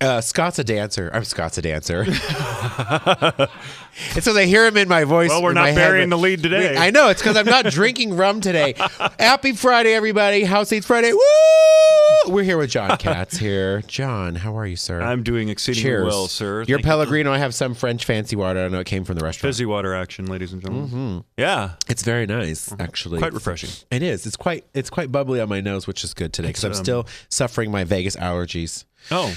uh, Scott's a dancer. I'm Scott's a dancer. and so they hear him in my voice. Well, we're in not my head. burying the lead today. I know. It's because I'm not drinking rum today. Happy Friday, everybody. House Eats Friday. Woo! We're here with John Katz here. John, how are you, sir? I'm doing exceedingly Cheers. well, sir. Your Thank you. Pellegrino. I have some French fancy water. I don't know. It came from the restaurant. fizzy water action, ladies and gentlemen. Mm-hmm. Yeah, It's very nice, actually. Mm-hmm. quite refreshing. It is. It's quite. It's quite bubbly on my nose, which is good today because I'm um, still suffering my Vegas allergies. Oh,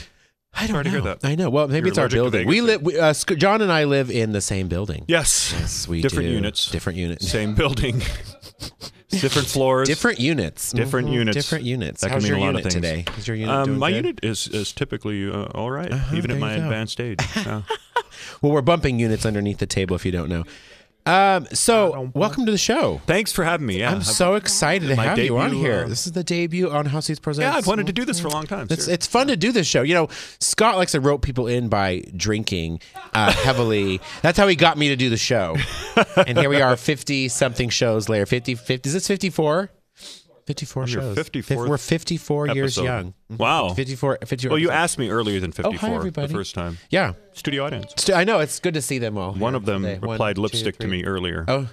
I don't Sorry to hear that. I know. Well, maybe You're it's our allergic building. to Vegas, We yeah. live. We, uh, Sc- John and I live in the same building. yes. Yes, we different do. units, Different units. same building, different floors. Different units. Different Mhm. units. Different units. That can How's mean your a lot of unit things. today? Is your unit Um, doing my good? Uh-huh, unit is is typically uh, all right, even there at you my go. advanced age. Yeah. Well, we're bumping units underneath the table if you don't know. Um, so, welcome to the show. Thanks for having me. Yeah, I'm so excited to My have you on debut, here. uh, This is the debut on House Eats Presents. yeah, I've wanted to do this for a long time. It's, sir. it's fun to do this show. You know, Scott likes to rope people in by drinking uh, heavily. That's how he got me to do the show. And here we are, 50 something shows later. 50, 50 is this 54? 54 your shows. 54th We're 54 years episode. young. Mm-hmm. Wow. 54. 54 well, you episodes. asked me earlier than 54 the Oh, everybody. first time. Yeah. Studio audience. St- I know. It's good to see them all. One here of them today. One, replied two, lipstick to three. me earlier. Oh,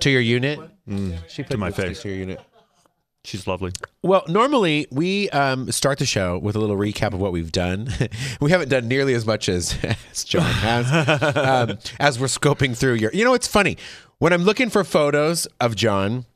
to your unit? She put Mm, my lipstick face. To your unit. She's lovely. Well, normally we um, start the show with a little recap of what we've done. we haven't done nearly as much as, as John has um, as we're scoping through your. You know, it's funny when I'm looking for photos of John.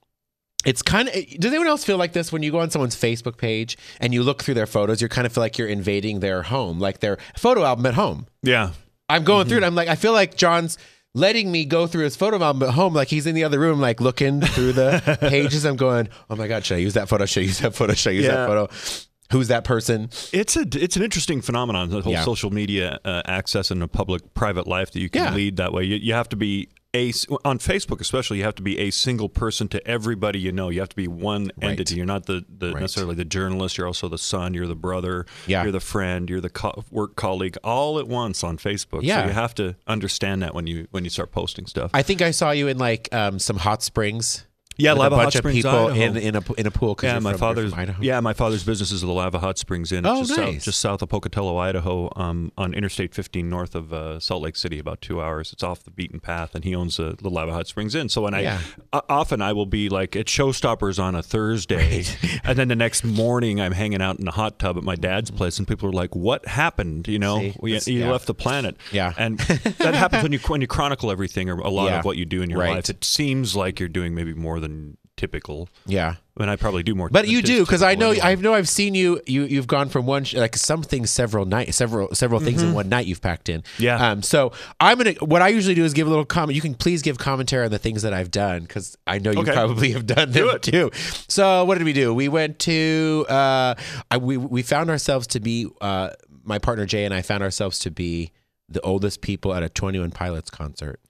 It's kind of. Does anyone else feel like this when you go on someone's Facebook page and you look through their photos? You kind of feel like you're invading their home, like their photo album at home. Yeah. I'm going through it. Mm-hmm. I'm like, I feel like John's letting me go through his photo album at home. Like he's in the other room, like looking through the pages. I'm going, oh my God, should I use that photo? Should I use that photo? Should I use Yeah. that photo? Who's that person? It's a it's an interesting phenomenon the whole Yeah. social media uh, access and a public private life that you can Yeah. lead that way. You, you have to be a s- on Facebook especially you have to be a single person to everybody you know. You have to be one entity. You're not the, the Right. necessarily the journalist. You're also the son. You're the brother. Yeah. You're the friend. You're the co- work colleague. All at once on Facebook. Yeah. So you have to understand that when you when you start posting stuff. I think I saw you in like um, some hot springs. Yeah, with Lava a Hot bunch of Springs, people Idaho. in, in a in a pool. 'cause Yeah, you're from- my you're father's from Idaho. yeah, my father's business is the Lava Hot Springs Inn. Oh, It's just, nice. south, just south of Pocatello, Idaho, um, on Interstate 15 north of uh, Salt Lake City, about two hours. It's off the beaten path, and he owns uh, the Lava Hot Springs Inn. So when I Yeah. o- often I will be like at Showstoppers on a Thursday, and then the next morning I'm hanging out in the hot tub at my dad's place, and people are like, "What happened? You know, Mm-hmm. See, We- this- you yeah. left the planet." Yeah. and that happens when you when you chronicle everything or a lot Yeah. of what you do in your Right. life. It seems like you're doing maybe more than typical. yeah. And I probably do more. But than you just do because I know typical I anyway. know I've seen you. You you've gone from one sh- like something several night several several things in one night you've packed in. Mm-hmm. Yeah. Um. So I'm gonna what I usually do is give a little comment. You can please give commentary on the things that I've done because I know you Okay. probably have done them it. too. So what did we do? We went to uh, I, we we found ourselves to be uh, my partner Jay and I found ourselves to be the oldest people at a Twenty One Pilots concert.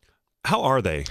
How are they?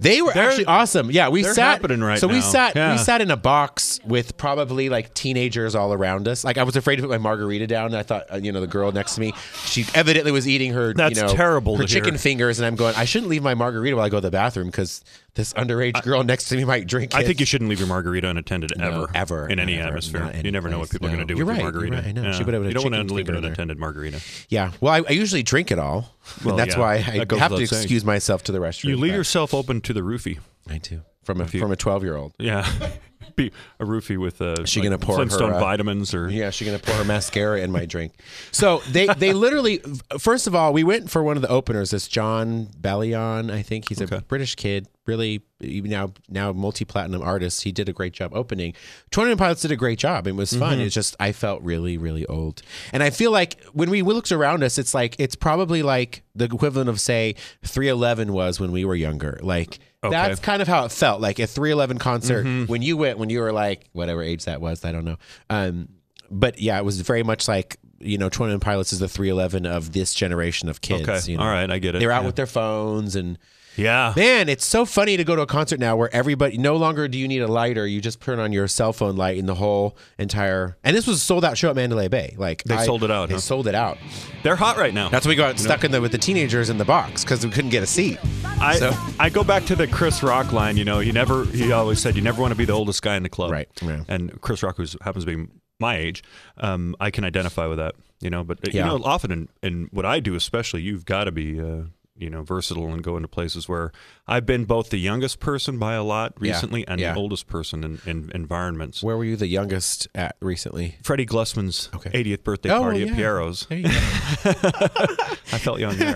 They were They're- actually awesome. Yeah, we they're sat. happening right so we now. sat. Yeah. We sat in a box with probably like teenagers all around us. Like I was afraid to put my margarita down. And I thought, uh, you know, the girl next to me, she evidently was eating her. That's you know, terrible Her to chicken hear. fingers, and I'm going. I shouldn't leave my margarita while I go to the bathroom because this underage girl next to me might drink. I it. think you shouldn't leave your margarita unattended No, ever, ever, in any ever, atmosphere. not any you never know place, what people no. are going to do You're with right, your you're margarita. right, I know. She would've had a you don't want chicken to leave finger in an there. unattended margarita. Yeah. Well, I, I usually drink it all, Well, and that's yeah, why I that goes have to without saying. excuse myself to the restroom. You leave but yourself open to the roofie. I do from a from a 12 year old. Yeah, be a roofie with uh, she like gonna pour her, Flintstone uh, vitamins or Yeah, she's gonna pour her mascara in my drink. So they they literally first of all, we went for one of the openers. This John Ballion, I think he's a Okay. British kid, really even now now multi platinum artist. He did a great job opening. Twenty One Pilots did a great job. It was fun. It's just I felt really really old, and I feel like when we looked around us, it's like it's probably like the equivalent of say three eleven was when we were younger. Like. Okay. That's kind of how it felt like a 311 concert Mm-hmm. when you went when you were like whatever age that was I don't know um but yeah it was very much like you know Twin Pilots is the 311 of this generation of kids okay. you know All right, I get it. they're out yeah. with their phones and yeah. man it's so funny to go to a concert now where everybody no longer do you need a lighter you just turn on your cell phone light in the whole entire and this was a sold out show at Mandalay Bay like They sold it out, they huh? sold it out They're hot right now. that's why we got stuck in the with the teenagers in the box because we couldn't get a seat I so- I go back to the Chris Rock Oh. line. You know, you never. He always said you never want to be the oldest guy in the club. Right, yeah. And Chris Rock, who happens to be my age, um, I can identify with that. You know, but uh, Yeah. you know, often in, in what I do, especially, you've got to be. Uh, you know, versatile and go into places where I've been both the youngest person by a lot Yeah. recently and Yeah. the oldest person in, in environments. Where were you the youngest at recently? Freddie Glussman's Okay. 80th birthday Oh, party yeah. at Piero's. There you go. I felt young there.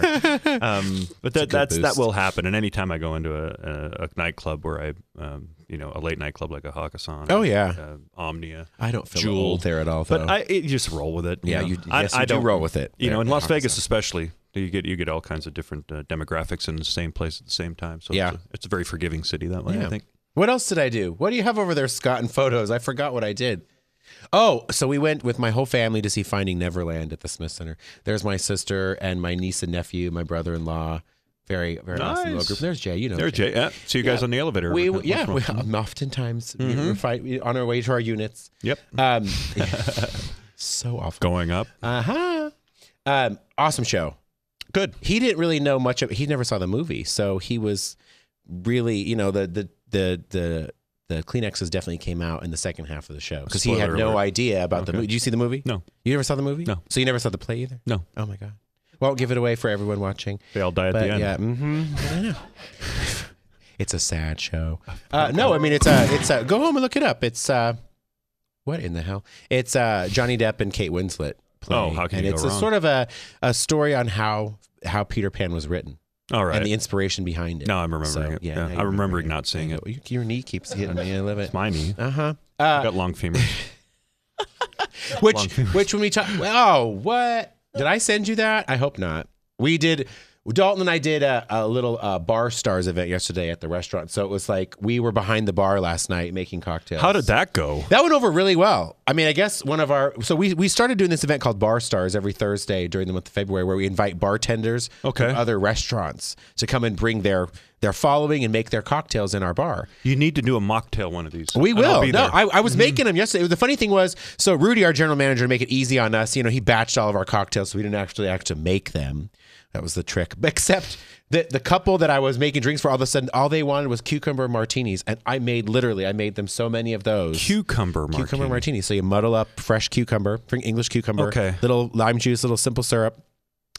Um, but that, good that's that boost. will happen. And anytime I go into a, a, a nightclub where I, um, you know, a late night club like a Hakkasan. Oh, or, yeah. Uh, Omnia. I don't feel Jewel. old there at all, though. But I it, you just roll with it. yeah, know. you, I, yes, I you do don't roll with it. You know, there in at Las Hakkasan. Vegas especially, you get you get all kinds of different uh, demographics in the same place at the same time. So Yeah. it's, a, it's a very forgiving city that way. Yeah. I think. What else did I do? What do you have over there, Scott, and photos? I forgot what I did. Oh, so we went with my whole family to see Finding Neverland at the Smith Center. There's my sister and my niece and nephew, my brother in law. Very, very awesome little Nice. group. There's Jay. You know There, Jay. Yeah. See you guys Yeah. on the elevator. We, once yeah, more. Mm-hmm. we, oftentimes we were fight, we, on our way to our units. Yep. Um, so awful. Going up. Uh huh. Um, awesome show. Good. He didn't really know much of. He never saw the movie, so he was really, you know, the the the the the Kleenexes definitely came out in the second half of the show because he had Spoiler no alert. idea about the Okay. movie. Did you see the movie? No. You never saw the movie? No. So you never saw the play either? No. Oh my god. Won't give it away for everyone watching. They all die at the But end. Mm-hmm. yeah, hmm I know. it's a sad show. Uh, no, I mean it's a it's a go home and look it up. It's uh, what in the hell? It's uh, Johnny Depp and Kate Winslet. Play. Oh, how can and you go it's a wrong? sort of a, a story on how how Peter Pan was written All right. and the inspiration behind it. No, I'm remembering So, it. yeah, Yeah, now I'm you remember remembering not seeing it. Your- Your knee keeps hitting me. I love it. It's my knee. Uh-huh. I've Uh got long femurs. Which which when we talk, oh, what did I send you that? I hope not. We did. Dalton and I did a, a little uh, bar stars event yesterday at the restaurant, so it was like we were behind the bar last night making cocktails. How did that go? That went over really well. I mean, I guess one of our so we we started doing this event called Bar Stars every Thursday during the month of February, where we invite bartenders Okay. from other restaurants to come and bring their their following and make their cocktails in our bar. You need to do a mocktail one of these. We And I'll will. be No, there. Mm-hmm. I, I was making them yesterday. The funny thing was, so Rudy, our general manager, to make it easy on us, you know, he batched all of our cocktails, so we didn't actually have to make them. That was the trick. But except that the couple that I was making drinks for, all of a sudden, all they wanted was cucumber martinis, and I made literally, I made them so many of those. cucumber martini. Cucumber martini. So you muddle up fresh cucumber, bring English cucumber, Okay. little lime juice, little simple syrup.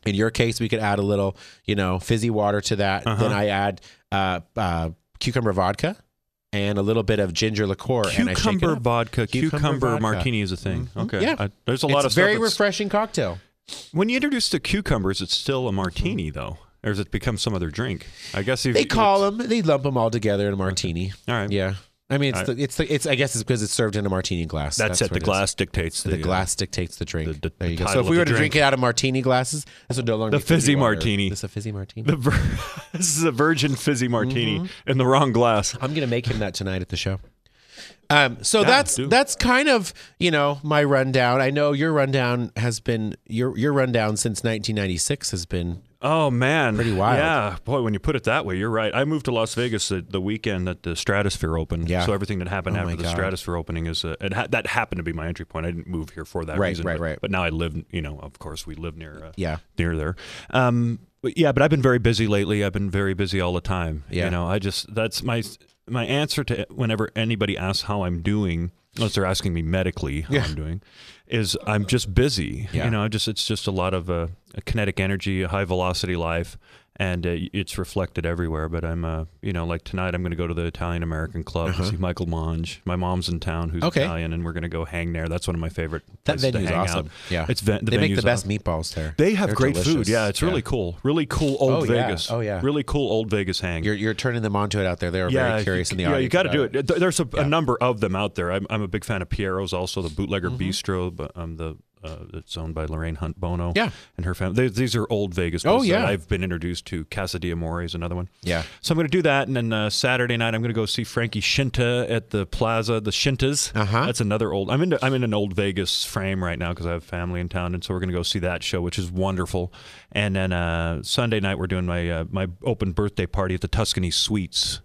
In your case, we could add a little, you know, fizzy water to that. Uh-huh. Then I add uh, uh, cucumber vodka and a little bit of ginger liqueur, and I shake it Cucumber up. vodka, Cucumber cucumber, vodka. Mm-hmm. martini is a thing. Okay, Yeah. I- there's a It's lot of very stuff. that's- refreshing cocktail. when you introduce the cucumbers, it's still a martini though, or does it become some other drink? I guess if They you- call them, they lump them all together in a martini. All right, Yeah, I mean, it's I- the, it's the, it's I guess it's because it's served in a martini glass. that's, it. what The glass dictates the, The uh, glass dictates the drink. the- the there you go. title So if of we the were to drink drink. it out of martini glasses, this would no longer The be fizzy fizzy water. martini. This is a fizzy martini. the vir- this is a virgin fizzy martini Mm-hmm. in the wrong glass. I'm gonna make him that tonight at the show. Um, so that's do. that's kind of you know my rundown. I know your rundown has been your your rundown since 1996 has been Oh man, pretty wild. Yeah, boy, when you put it that way, you're right. I moved to Las Vegas the, the weekend that the Stratosphere opened. Yeah. So everything that happened Oh, my after the God. Stratosphere opening is uh, it ha- that happened to be my entry point. I didn't move here for that Right, reason. right, but, right. But now I live. You know, of course, we live near. Uh, yeah near there. Um, but yeah, but I've been very busy lately. I've been very busy all the time. Yeah. You know, I just that's my my answer to whenever anybody asks how I'm doing, unless they're asking me medically how I'm doing, is I'm just busy. Yeah. You know, I just it's just a lot of uh, a kinetic energy, a high velocity life. And uh, it's reflected everywhere, but I'm, uh, you know, like tonight I'm going to go to the Italian American Club to see Michael Monge. My mom's in town, who's Uh-huh. Okay. Italian, and we're going to go hang there. That's one of my favorite. that places to venue's hang out. awesome. Yeah, it's ven- the they make the venue's best meatballs there. they have They're great food. delicious. Yeah, it's really cool. Really cool Oh, old yeah. Vegas. Oh, yeah. Really cool old Vegas hang. You're you're turning them onto it out there. They were yeah, very curious in the yeah, audience. you got to about do it. Th- There's a, a number of them out there. I'm, I'm a big fan of Piero's, also the Bootlegger Mm-hmm. Bistro, but um, the uh, it's owned by Lorraine Hunt Bono. Yeah. and her family. They, these are old Vegas. Oh, places that yeah. I've been introduced to. Casa di Amore is another one. Yeah. So I'm going to do that, and then uh, Saturday night I'm going to go see Frankie Shinta at the Plaza, the Shintas. Uh-huh. That's another old. I'm into. I'm in an old Vegas frame right now because I have family in town, and so we're going to go see that show, which is wonderful. And then uh, Sunday night we're doing my uh, my open birthday party at the Tuscany Suites.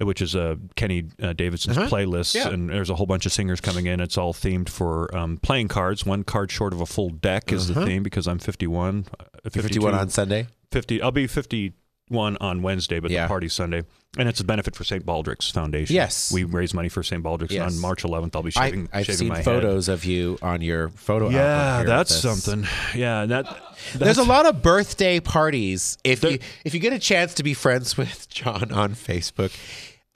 Which is uh, Kenny uh, Davidson's playlist, Uh-huh. Yeah. and there's a whole bunch of singers coming in. It's all themed for um, playing cards. One card short of a Uh-huh. full deck is the theme because I'm 51. uh, 52, 51 on Sunday. 50 i'll be 50 one on Wednesday, but Yeah. the party's Sunday, and it's a benefit for St. Baldrick's Foundation. Yes. we raise money for St. Baldrick's and Yes. on March 11th. I'll be I, shaving, I've shaving seen my head. photos of you on your photo album. Yeah, here with that's us. something. Yeah, and that There's that's, a lot of birthday parties. If you if you get a chance to be friends with John on Facebook,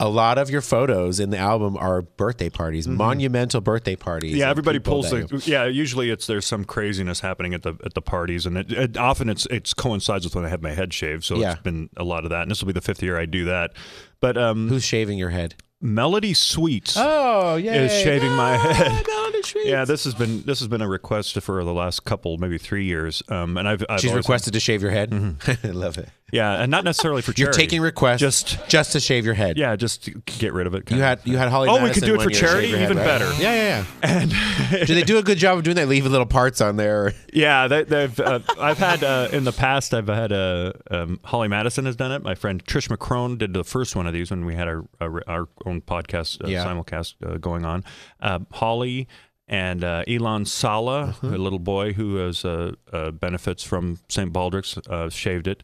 a lot of your photos in the album are birthday parties, monumental birthday parties. Mm-hmm. Yeah, of everybody people pulls that- the. Yeah, usually it's there's some craziness happening at the at the parties, and it, it, often it's it's coincides with when I have my head shaved. So Yeah. it's been a lot of that, and this will be the fifth year I do that. But um, Who's shaving your head? Melody Sweets Oh, yeah. is shaving my head. Yeah, this has been this has been a request for the last couple, maybe three years. Um, and I've, I've She's always- requested to shave your head. I love it. yeah, and not necessarily for charity. You're taking requests Mm-hmm. Just- just just to shave your head. yeah, just to get rid of it. You kinda. had you had Holly. Oh, we could Madison do it one for year to shave charity? your head, Even right? better. Yeah, yeah, yeah. And do they do a good job of doing that? Leave little parts on there. Yeah, they, they've. Uh, I've had uh, in the past. I've had uh, um, Holly Madison has done it. My friend Trish McCrone did the first one of these when we had our our, our own podcast uh, Yeah. simulcast uh, going on. Uh, Holly and uh, Elon Sala, Mm-hmm. a little boy who has uh, uh, benefits from St. Baldrick's, uh, shaved it.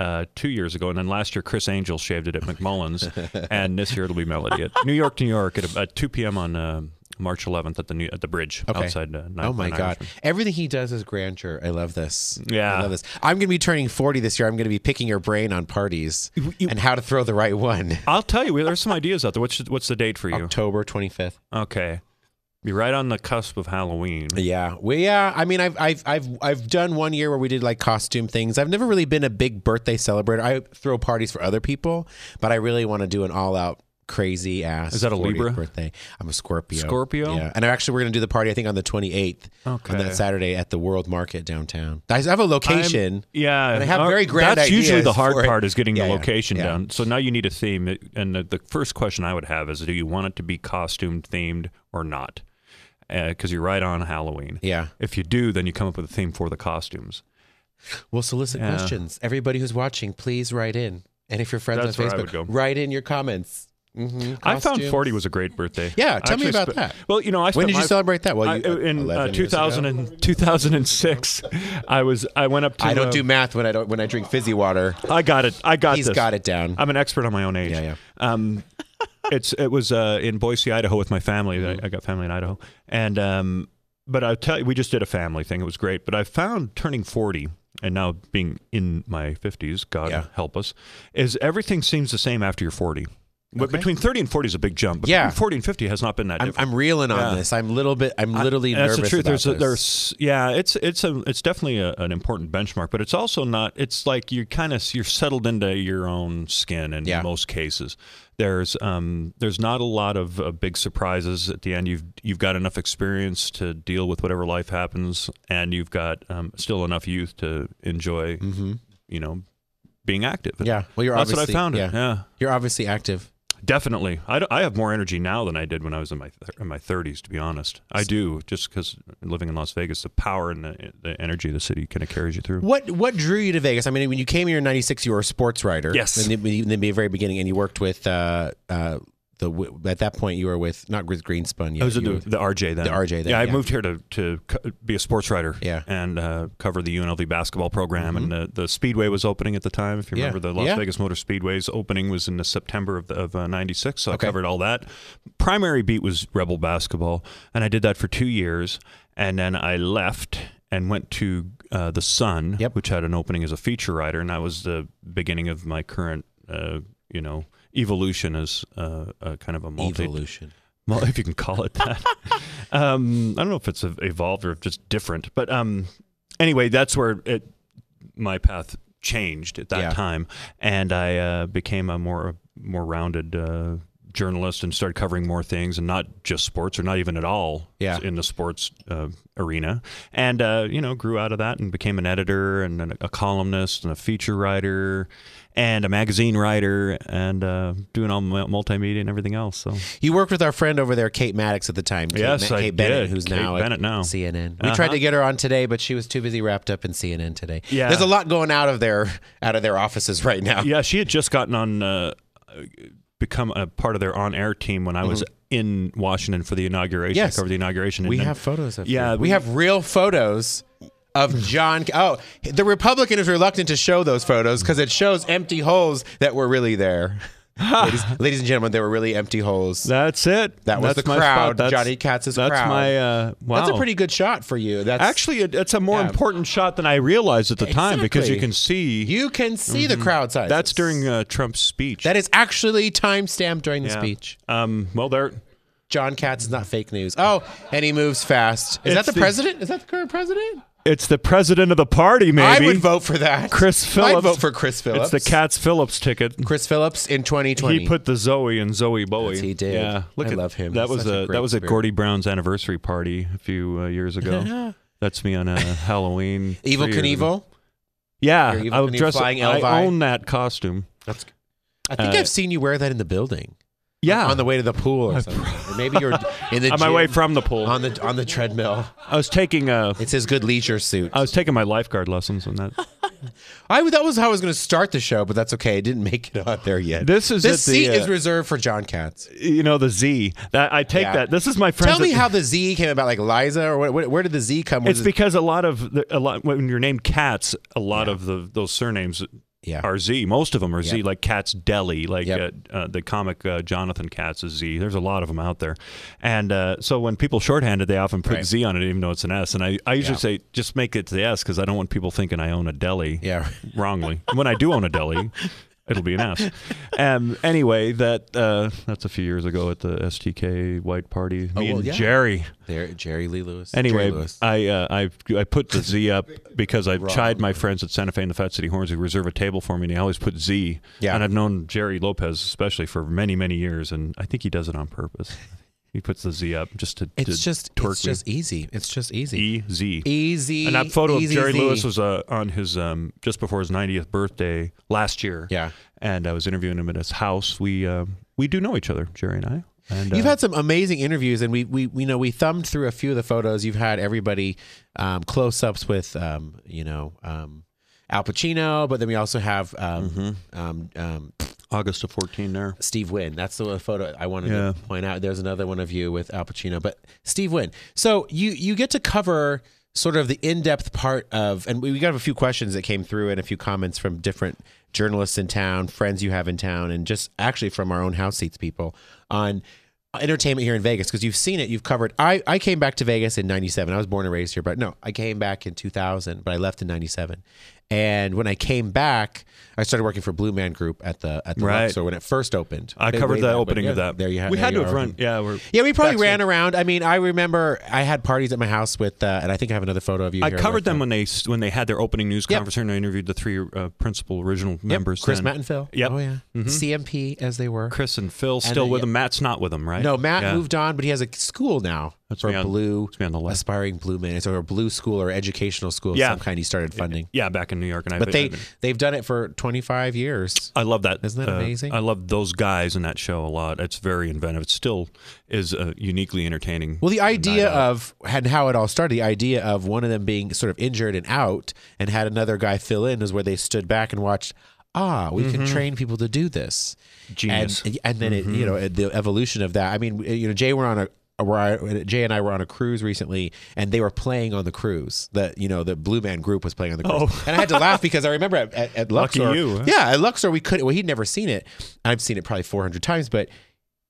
Uh, two years ago, and then last year Chris Angel shaved it at McMullen's, and this year it'll be Melody at New York, New York at, at 2 p.m. on uh, March 11th at the new, at the bridge Okay. outside. Uh, Nine- Oh my Nine god! Irishman. Everything he does is grandeur. I love this. Yeah. I love this. I'm going to be turning 40 this year. I'm going to be picking your brain on parties and how to throw the right one. I'll tell you, there's some ideas out there. What's what's the date for you? October 25th. Okay, you're right on the cusp of Halloween. Yeah, we yeah. I mean, I've I've I've I've done one year where we did like costume things. I've never really been a big birthday celebrator. I throw parties for other people, but I really want to do an all out crazy ass. Is that a 40th Libra? birthday? I'm a Scorpio. Scorpio? Yeah, and actually we're gonna do the party. I think on the 28th on Okay. that Saturday at the World Market downtown. I have a location. Yeah, And I have uh, very grand That's usually ideas the hard for it. part is getting Yeah, the yeah, location yeah. down. So now you need a theme, and the, the first question I would have is, do you want it to be costume themed or not? Because you're right on Halloween. yeah. If you do, then you come up with a theme for the costumes. We'll solicit Yeah. questions. Everybody who's watching, please write in. And if you're friends That's on where I Facebook, would go. write in your comments. Mhm. I found Costumes. 40 was a great birthday. Yeah, I tell me actually about spe- that. Well, you know, I When spent did you my- celebrate that? Well, you, I- in uh, 11 years 2000 ago? and 2006, I was I went up to. I don't uh, do math when I don't when I drink fizzy water. I got it. I got He's this. got it down. I'm an expert on my own age. Yeah, yeah. Um, it's it was uh, in Boise, Idaho, with my family. Mm-hmm. I, I got family in Idaho, and um, but I tell you, we just did a family thing. It was great. But I found turning 40 and now being in my 50s, God Yeah. help us, is everything seems the same after you're 40. But between 30 and 40 is a big jump. But Yeah. between 40 and 50 has not been that I'm, different. I'm reeling on Yeah. this. I'm little bit. I'm literally And nervous That's the truth. about There's, a, this. there's, yeah, it's it's a it's definitely a, an important benchmark, but it's also not. It's like you're kind of you're settled into your own skin in Yeah. most cases. There's um there's not a lot of uh, big surprises at the end. You've you've got enough experience to deal with whatever life happens, and you've got um, still enough youth to enjoy. You know, being active. Mm-hmm. yeah. Well, you're that's what I obviously found. Yeah, It. yeah. you're obviously active. Definitely. I, d- I have more energy now than I did when I was in my th- in my 30s, to be honest. I do, just because living in Las Vegas, the power and the, the energy of the city kind of carries you through. What what drew you to Vegas? I mean, when you came here in '96, you were a sports writer. Yes. in the, in the very beginning, and you worked with uh, uh, the w- at that point you were with not with Greenspun. Yet. I was at You Oh, the, were- the RJ then. The RJ then, Yeah, I yeah. moved here to, to co- be a sports writer Yeah. Mm-hmm. and uh, cover the UNLV basketball program. And the, the Speedway was opening at the time. If you Yeah. remember, the Las Yeah. Vegas Motor Speedway's opening was in the September of, the, of uh, 96. So Okay. I covered all that. Primary beat was Rebel basketball. And I did that for two years. And then I left and went to uh, The Sun, Yep. which had an opening as a feature writer. And that was the beginning of my current, uh, you know, evolution as uh, a kind of a multi evolution. well, if you can call it that. um, I don't know if it's evolved or just different, but um, anyway, that's where it my path changed at that Yeah. time, and I uh, became a more more rounded uh, journalist and started covering more things, and not just sports, or not even at all Yeah. in the sports uh, arena. And uh, you know, grew out of that and became an editor and an, a columnist and a feature writer. And a magazine writer, and uh, doing all mul- multimedia and everything else. So You worked with our friend over there, Kate Maddox, at the time. Kate, Yes, Ma- I Kate Bennett, did. who's Kate now Bennett at now. CNN. We Uh-huh. tried to get her on today, but she was too busy wrapped up in CNN today. Yeah. there's a lot going out of their out of their offices right now. yeah, she had just gotten on, uh, become a part of their on-air team when I was in Washington for the inauguration. I Mm-hmm. Yes. covered the inauguration. and We then- have photos of Yeah, you. we- we have real photos of John. Oh, the Republican is reluctant to show those photos because it shows empty holes that were really there. ladies, ladies and gentlemen, there were really empty holes. That's it. That was That's the my crowd, spot. That's- Johnny Katz's that's crowd. my uh, wow. That's a pretty good shot for you. That's Actually, it, it's a more Yeah. important shot than I realized at the time because you Exactly. can see you can see the crowd size. Mm-hmm. that's during uh, Trump's speech. that is actually timestamped during the Yeah. speech. Um, well, there. John Katz is not fake news. Oh, and he moves fast. Is It's that the, the- president? Is that the current president? It's the president of the party, maybe. I would vote for that. Chris Phillips. I'd vote for Chris Phillips. It's the Katz Phillips ticket. Chris Phillips in 2020. He put the Zoe and Zoe Bowie. Yes, he did. Yeah, I at, love him. That He's was such a a, great that was at spirit. Gordy Brown's anniversary party a few uh, years ago. That's me on a Halloween. Evil three years ago. Knievel. Yeah, Your Evil I'm Knievel dressed. flying I Elvi. own that costume. That's. I think Uh, I've seen you wear that in the building. Yeah, On the way to the pool or something. or maybe you're in the on my gym, way from the pool. on the on the treadmill. I was taking a. It's his good leisure suit. I was taking my lifeguard lessons on that. I that was how I was going to start the show, but that's okay. I didn't make it on there yet. This is this at the, seat uh, is reserved for John Katz. you know the Z. That I take Yeah. that. This is my friend. Tell me how the Z came about, like Liza, or what, where did the Z come? Where It's does- because a lot of the, a lot when you're named Katz, a lot of the those surnames Yeah. are Z. Most of them are Z, Yep. like Katz Deli, like Yep. uh, uh, the comic uh, Jonathan Katz is Z. There's a lot of them out there, and uh, so when people shorthand it, they often put Right. Z on it, even though it's an S. And I, I usually Yeah. say just make it the S because I don't want people thinking I own a deli yeah, wrongly. when I do own a deli, it'll be an S. Um, anyway, that uh, that's a few years ago at the STK White Party. Me Oh, well, and yeah. Jerry. there, Jerry Lee Lewis. Jerry Anyway, Lewis. I, uh, I I put the Z up because I chide my friends at Santa Fe and the Fat City Horns who reserve a table for me, and they always put Z. Yeah. And I've known Jerry Lopez especially for many many years, and I think he does it on purpose. He puts the Z up just to it's to just torque it's me. just easy. It's just easy. E Z. easy. And that photo easy of Jerry E Z. Lewis was uh, on his um, just before his 90th birthday last year. Yeah. And I was interviewing him at his house. We um we do know each other, Jerry and I. And You've uh, had some amazing interviews, and we we we know we thumbed through a few of the photos. You've had everybody um, close ups with um, you know um, Al Pacino, but then we also have um, um, um, August of 14 there. Steve Wynn. That's the photo I wanted to Yeah. point out. There's another one of you with Al Pacino, but Steve Wynn. So you you get to cover sort of the in-depth part of, and we we got a few questions that came through and a few comments from different journalists in town, friends you have in town, and just actually from our own house seats people on entertainment here in Vegas because you've seen it, you've covered. I I came back to Vegas in '97. I was born and raised here, but no, I came back in 2000, but I left in '97. And when I came back, I started working for Blue Man Group at the at the Right. Luxor when it first opened. I They covered way the back when- opening of yeah, that. There you have. We there had you to have are. run. Yeah, we're, Yeah, we probably Backstage. ran around. I mean, I remember I had parties at my house with, uh, and I think I have another photo of you. I here covered with, them uh, when they when they had their opening news Yep. conference and I interviewed the three uh, principal original yep, members. Chris then. Mattenfeld. Yep. Mm-hmm. Oh yeah, CMP as they were. Chris and Phil still then, with yeah. him. Matt's not with him, right? No, Matt Yeah. moved on, but he has a school now That's for me on- blue It's me on the left. aspiring blue man. It's a blue school or educational school of Yeah. some kind. He started funding, Yeah, back in New York, and I but they they've done it for 25 years. I love that. uh, Isn't that amazing? I love those guys in that show a lot. It's very inventive. It still is uh, uniquely entertaining. Well, the idea night out. of and how it all started, the idea of one of them being sort of injured and out, and had another guy fill in, is where they stood back and watched. Ah, we can train people to do this. Mm-hmm. Genius. Mm-hmm. And, and then it, you know, the evolution of that. I mean, you know, Jay were on a. were I- Jay and I were on a cruise recently, and they were playing on the cruise. The you know the Blue Man Group was playing on the cruise, and I had to laugh because I remember at, at, at Oh. Lucky Luxor, you, huh? yeah, at Luxor we couldn't. Well, he'd never seen it. I've seen it probably 400 times, but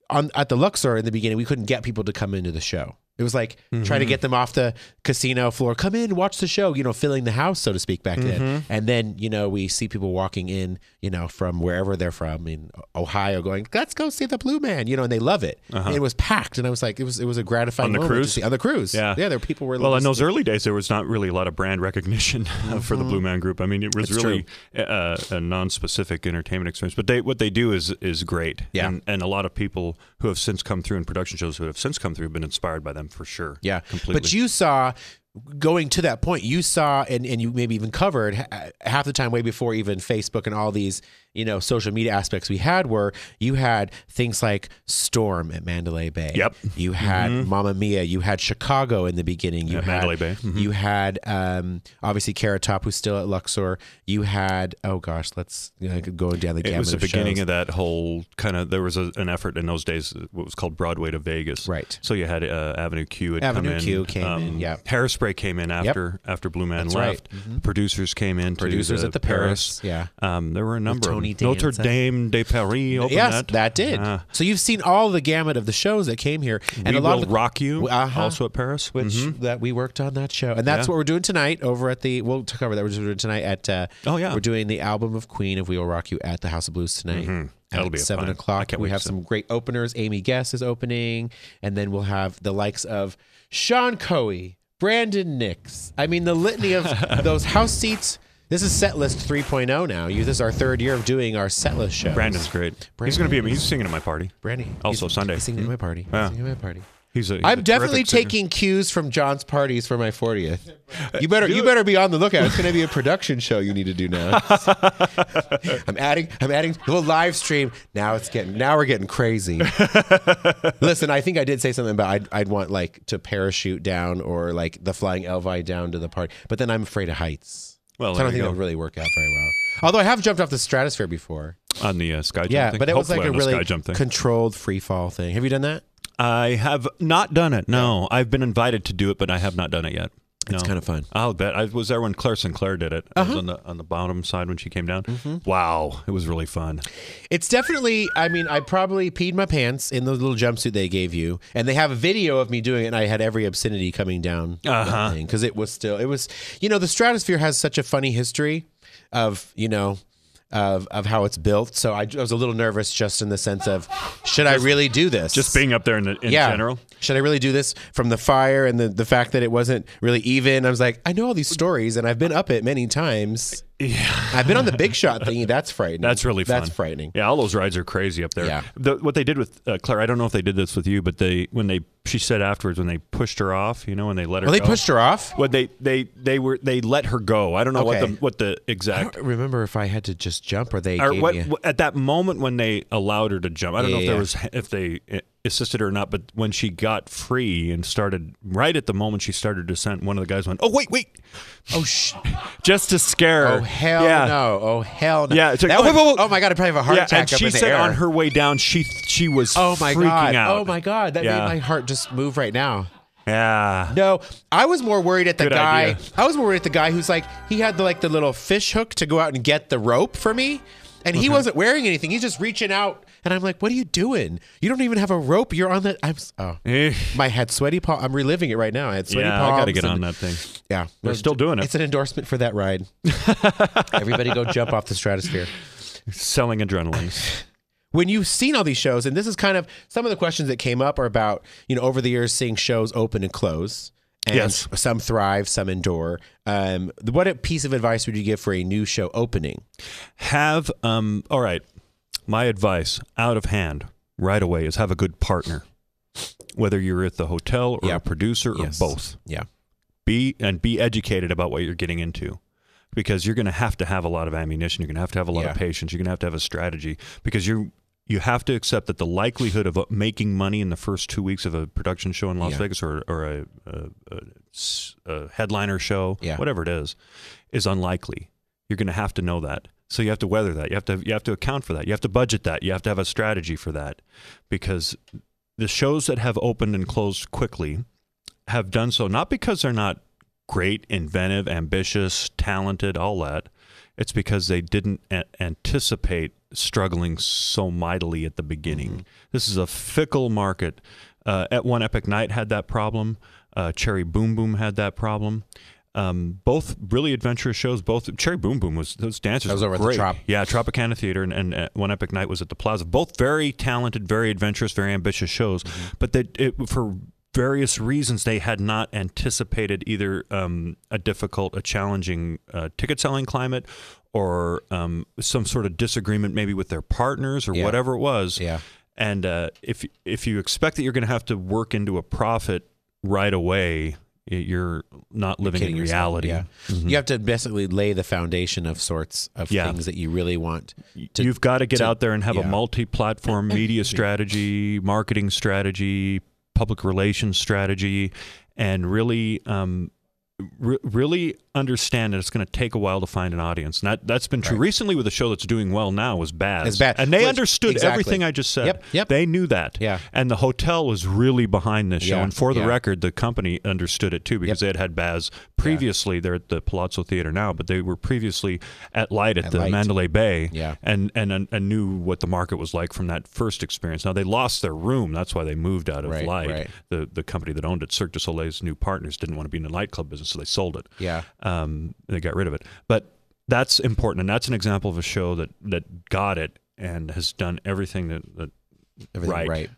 on at the Luxor in the beginning, we couldn't get people to come into the show. It was like trying to Mm-hmm. get them off the casino floor. Come in, watch the show. You know, filling the house, so to speak, back then. Mm-hmm. And then you know we see people walking in, you know, from wherever they're from in Ohio, going, "Let's go see the Blue Man," you know, and they love it. And it was packed, and I was like, it was it was a gratifying Uh-huh. On moment the to cruise? see- on the cruise. Yeah. yeah, there were people were Well, in just- those early days, there was not really a lot of brand recognition for the Mm-hmm. Blue Man Group. I mean, it was It's really uh, a non-specific entertainment experience. But they, what they do is is great. Yeah. and, and a lot of people who have since come through in production shows who have since come through have been inspired by them for sure. Yeah, completely. But you saw going to that point, you saw and and you maybe even covered ha- half the time way before even Facebook and all these you know social media aspects we had were you had things like Storm at Mandalay Bay. Yep. Mm-hmm. You had Mamma Mia. You had Chicago in the beginning. You At had Mandalay Bay. Mhm. You had um, obviously Carrot Top, who's still at Luxor. You had oh gosh, let's you know, go down the It gamut was the of beginning shows. of that whole kind of. There was a, an effort in those days, uh, what was called Broadway to Vegas. Right. So you had uh, Avenue Q. Had Avenue come in. um, Q came in, yep. Hairspray came in after after Blue Man That's right. Mm-hmm. left. Producers came in. to Producers the at the Paris, yeah. Um, there were a number. Tony of them. Notre Danza. Dame de Paris. Opened yes, that. that, did. Ah. so you've seen all the gamut of the shows that came here, and we a lot will of the, rock you. Uh-huh. Also at Paris. which Mhm. that we worked on that show, and that's Yeah. what we're doing tonight over at the. We'll cover that we're doing tonight at. Uh, Oh, yeah. we're doing the album of Queen of We Will Rock You at the House of Blues tonight. Mm-hmm. That'll at be a seven fun- I o'clock. can't We wait have to- some great openers. Amy Guest is opening, and then we'll have the likes of Sean Coey, Brandon Nix. I mean, the litany of those house seats. This is set list 3.0 now. You- This is our third year of doing our set list shows. Brandon's great. he's going to be. He's singing at my party. Brandy. Also he's- Sunday. he's singing at my party. He's Yeah. singing at my party. He's a. he's I'm a terrific definitely singer. taking cues from John's parties for my 40th. You better you better be on the lookout. It's going to be a production show you need to do now. I'm adding I'm adding we'll live stream. Now it's getting now we're getting crazy. Listen, I think I did say something about I'd, I'd want like to parachute down or like the flying Elvi down to the party, but then I'm afraid of heights. Well, so I Oh, there don't you think go. that would really work out very well. Although I have jumped off the stratosphere before. on the uh, sky jump. Yeah, thing. but it was like Hopefully a on the sky really jump thing. controlled free fall thing. Have you done that? I have not done it. No, I've been invited to do it, but I have not done it yet. No. It's kind of fun. Uh-huh. I'll bet. I was there when Claire Sinclair did it. I was on the on the bottom side when she came down. Mm-hmm. Wow, it was really fun. It's definitely. I mean, I probably peed my pants in the little jumpsuit they gave you, and they have a video of me doing it. and I had every obscenity coming down Uh-huh. because it was still. It was. You know, the stratosphere has such a funny history of you know. Of, of how it's built, so I, I was a little nervous just in the sense of, should I really do this? Just being up there in, the, in general. Should I really do this from the fire and the, the fact that it wasn't really even? I was like, I know all these stories and I've been up it many times. Yeah. I've been on the big shot thingy. That's frightening. That's really fun. That's frightening. Yeah, all those rides are crazy up there. Yeah. The, what they did with uh, Claire, I don't know if they did this with you, but they when they she said afterwards when they pushed her off, you know, when they let her. Well, they go. pushed her off. Well, they they they were they let her go. I don't know Okay. what the what the I exact don't remember if I had to just jump or they or gave what, me. A, what- at that moment when they allowed her to jump. I don't know if Yeah, there yeah. was if they uh, assisted her or not, but when she got free and started right at the moment she started descent, one of the guys went, "Oh wait, wait!" oh sh! Just to scare her. Oh hell yeah. no! Oh hell no! Yeah, it's like, That oh, would- whoa, whoa, whoa. oh my god! I probably have a heart yeah, attack and up she in the said air. on her way down, she she was oh my freaking god! out. Oh my god! That Yeah. made my heart just move right now. yeah. No, I was more worried at the Good guy. idea. I was more worried at the guy who's like he had the, like the little fish hook to go out and get the rope for me, and he wasn't wearing anything. He's just reaching out, and I'm like, "What are you doing? You don't even have a rope. You're on the." I'm s- oh, Eh. my had sweaty palm. I'm reliving it right now. I had sweaty Yeah, palms. I gotta get and- on that thing. Yeah, They're still doing it. It's an endorsement for that ride. Everybody go jump off the stratosphere. Selling adrenaline. When you've seen all these shows, and this is kind of some of the questions that came up are about, you know, over the years seeing shows open and close. And Yes. some thrive, some endure. Um, what a piece of advice would you give for a new show opening? have um. All right, my advice out of hand right away is have a good partner, whether you're at the hotel or Yeah. a producer or Yes. both. Yeah. be and be educated about what you're getting into because you're going to have to have a lot of ammunition you're going to have to have a lot Yeah. of patience you're going to have to have a strategy because you you have to accept that the likelihood of uh, making money in the first two weeks of a production show in Las Yeah. Vegas or, or a, a, a s- a headliner show, Yeah. whatever it is, is unlikely. You're going to have to know that. So you have to weather that. You have to you have to account for that. You have to budget that. You have to have a strategy for that, because the shows that have opened and closed quickly have done so not because they're not great, inventive, ambitious, talented, all that. It's because they didn't a- anticipate struggling so mightily at the beginning. Mm-hmm. This is a fickle market. Uh, at One Epic Night had that problem. Uh, Cherry Boom Boom had that problem. Um, both really adventurous shows. Both Cherry Boom Boom was those dancers. That was were over at the great. Trop. Yeah, Tropicana Theater and, and uh, One Epic Night was at the Plaza. Both very talented, very adventurous, very ambitious shows, Mm-hmm. but that it, for various reasons they had not anticipated either um, a difficult, a challenging uh, ticket selling climate, or um, some sort of disagreement maybe with their partners or Yeah. whatever it was. Yeah. And uh, if if you expect that you're going to have to work into a profit right away, i- you're not living in kidding yourself. reality. Mm-hmm. Yeah. You have to basically lay the foundation of sorts of Yeah. things that you really want. To, You've got to get to- out there and have a yeah. multi-platform media strategy, marketing strategy, public relations strategy, and really, um, re- really understand that it's going to take a while to find an audience. And that that's been true Right. recently with a show that's doing well now was Baz. It's Baz. and they Which- understood exactly. everything I just said. Yep, yep. They knew that. Yeah. And the hotel was really behind this show. Yeah, And for the yeah. record, the company understood it too because they had had Baz previously. They're at the Palazzo Theater now, but they were previously at Light at, the Light. Mandalay Bay Yeah. and and and knew what the market was like from that first experience. Now they lost their room, that's why they moved out of Right, Light. right. The the company that owned it, Cirque du Soleil's new partners, didn't want to be in the nightclub business, so they sold it. yeah. Um, they got rid of it, but that's important, and that's an example of a show that that got it and has done everything that. that Everything Right. right.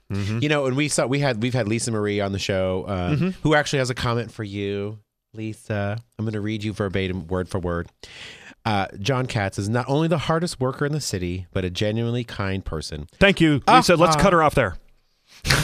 You know, and we saw we had we've had Lisa Marie on the show, uh, who actually has a comment for you, Lisa. I'm going to read you verbatim, word for word. Uh, John Katz is not only the hardest worker in the city, but a genuinely kind person. Thank you, Lisa. let's cut her off there.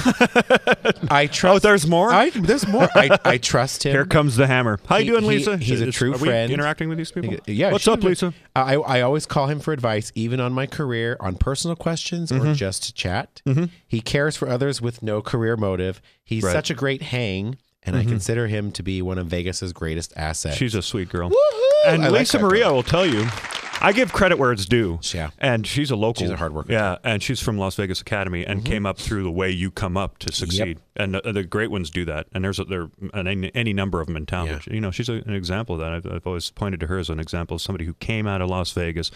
I Oh, trust. there's more. I, there's more. I, I trust him. Here comes the hammer. How He- you doing, he- Lisa? he's a Is- true are friend. We interacting with these people. Yeah. What's she- up, Lisa? I, I always call him for advice, even on my career, on personal questions, Mm-hmm. or just to chat. He cares for others with no career motive. He's Right. Mm-hmm. such a great hang, and I consider him to be one of Vegas's greatest assets. She's a sweet girl. Woohoo! And I like Lisa that Maria will tell you, I give credit where it's due. Yeah. And she's a local. She's a hard worker. Mm-hmm. Yeah. And she's from Las Vegas Academy and came up through the way you come up to succeed. And the, the great ones do that. And there's a, there and any, any number of them in town. Yeah. Which, you know, she's a, an example of that. I've, I've always pointed to her as an example of somebody who came out of Las Vegas.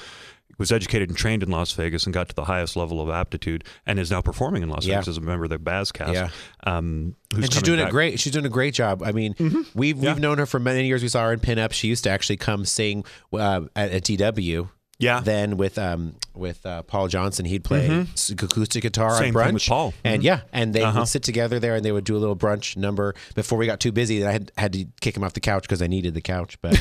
Was educated and trained in Las Vegas and got to the highest level of aptitude and is now performing in Las Yeah. Vegas as a member of the Baz cast. Yeah. Um, who's and she's coming doing back. Mm-hmm. a great. She's doing a great job. I mean, we've Yeah. we've known her for many years. We saw her in pinup. She used to actually come sing uh, at, at DW. Yeah. Then with um with uh, Paul Johnson, he'd play s- acoustic guitar Mm-hmm. Same on brunch. thing with Paul. Mm-hmm. Uh-huh. And yeah, and they would sit together there and they would do a little brunch number. Before we got too busy, and I had had to kick him off the couch because I needed the couch, but.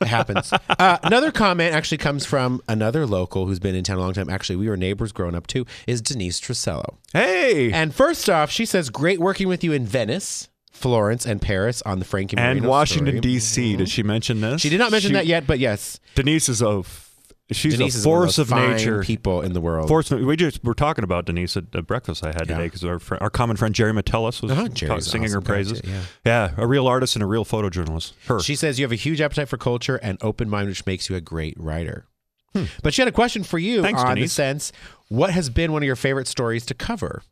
It happens. Uh, another comment actually comes from another local who's been in town a long time. Actually, we were neighbors growing up too. Is Denise Trasello. Hey. And first off, she says, "Great working with you in Venice, Florence, and Paris on the Frankie and Moreno Washington story." D.C. Did she mention this? She did not mention that yet, but yes, Denise is a f- she's Denise a is one force of, of, the fine nature. people in the world. Force of- we just were talking about Denise at the breakfast I had today because our friend, our common friend Jerry Metellus was Uh-huh, ta- Jerry's singing her awesome guy, praises. too, yeah. a real artist and a real photojournalist. Her. She says you have a huge appetite for culture and open mind, which makes you a great writer. But she had a question for you Thanks, on the Denise. sense: what has been one of your favorite stories to cover?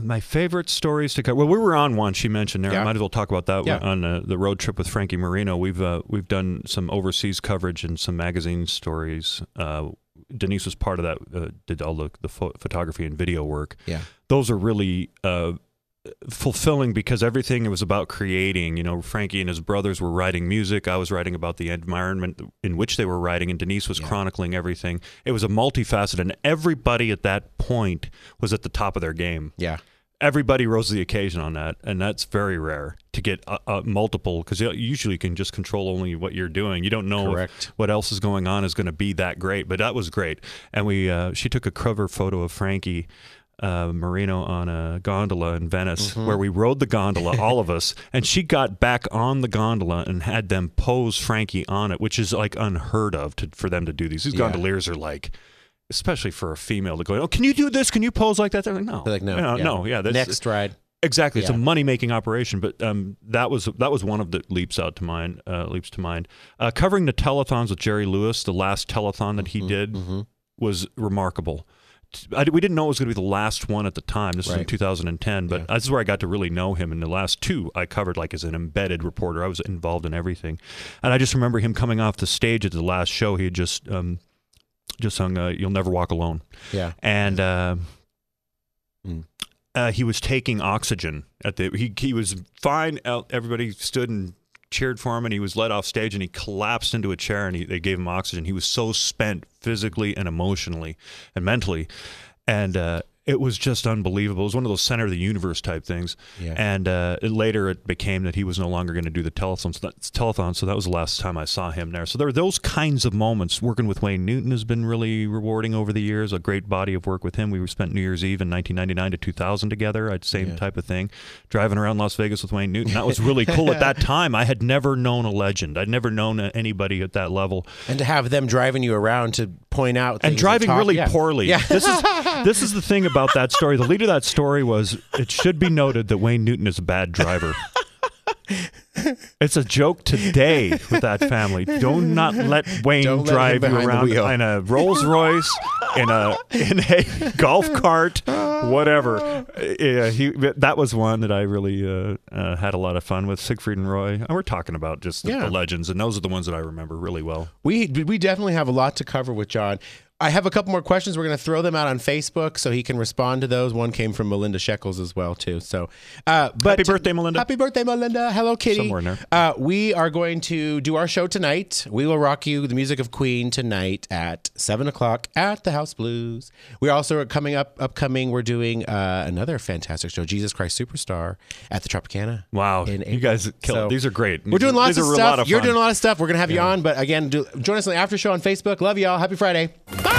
My favorite stories to cover. Well, we were on one she mentioned there. I Yeah. might as well talk about that Yeah. on uh, the road trip with Frankie Marino. We've uh, we've done some overseas coverage and some magazine stories. Uh, Denise was part of that. Uh, did all the, the pho- photography and video work. Yeah, those are really uh, fulfilling because everything was about creating. You know, Frankie and his brothers were writing music. I was writing about the environment in which they were writing, and Denise was chronicling everything. It was a multifaceted, and everybody at that point was at the top of their game yeah, everybody rose to the occasion on that, and that's very rare to get uh, uh, multiple because usually you can just control only what you're doing. You don't know if Correct. what else is going on is going to be that great, but that was great. And we uh, she took a cover photo of Frankie. Uh, Marino on a gondola in Venice, Mm-hmm. where we rode the gondola, all of us, and she got back on the gondola and had them pose Frankie on it, which is like unheard of to, for them to do these. These Yeah. gondoliers are like, especially for a female to go, oh, can you do this? Can you pose like that? They're like, no, They're like no, no, yeah. no, yeah. That's, Next ride, Exactly, it's a Yeah. money making operation. But um, that was that was one of the leaps out to mind. Uh, leaps to mind. Uh, covering the telethons with Jerry Lewis, the last telethon that Mm-hmm, he did was remarkable. T- I d we didn't know it was going to be the last one at the time. This was in Right. 2010, but uh, this is where I got to really know him. And the last two I covered like as an embedded reporter. I was involved in everything, and I just remember him coming off the stage at the last show. He had just um, just hung uh, "You'll Never Walk Alone." yeah, and uh, Mm. uh, he was taking oxygen at the he he was fine out everybody stood and cheered for him and he was let off stage and he collapsed into a chair and he, they gave him oxygen he was so spent physically and emotionally and mentally and uh, it was just unbelievable. It was one of those center of the universe type things. Yeah. And uh, it- later it became that he was no longer going to do the telethon. So, that, telethon. so that was the last time I saw him there. So there are those kinds of moments. Working with Wayne Newton has been really rewarding over the years. A great body of work with him. We spent New Year's Eve in 1999 to 2000 together. I'd same type of thing. Driving around Las Vegas with Wayne Newton. That was really cool at that time. I had never known a legend. I'd never known uh, anybody at that level and to have them driving you around to point out things and driving talk- really yeah. poorly. Yeah. This is this is the thing about that story. The lead of that story was it should be noted that Wayne Newton is a bad driver. It's a joke today with that family. Do not let Wayne Don't let him drive you behind the around wheel. in a Rolls Royce, in a in a golf cart, whatever. Uh, Yeah, he, that was one that I really uh, uh, had a lot of fun with. Siegfried and Roy. And we're talking about just the- Yeah. the legends, and those are the ones that I remember really well. We we definitely have a lot to cover with John. I have a couple more questions. We're going to throw them out on Facebook so he can respond to those. One came from Melinda Shekels as well too. So, uh, but Happy birthday, Melinda. Happy birthday, Melinda. Hello, Kitty. Somewhere in there. Uh, we are going to do our show tonight. We will rock you the music of Queen tonight at seven o'clock at the House Blues. We also are coming up, upcoming. We're doing uh, another fantastic show, Jesus Christ Superstar, at the Tropicana. Wow, in you April. guys kill So- it. These are great. We're doing lots These of are a stuff. lot of You're fun. doing a lot of stuff. We're gonna have you on, but again, do, join us on the after show on Facebook. Love y'all. Happy Friday. Bye.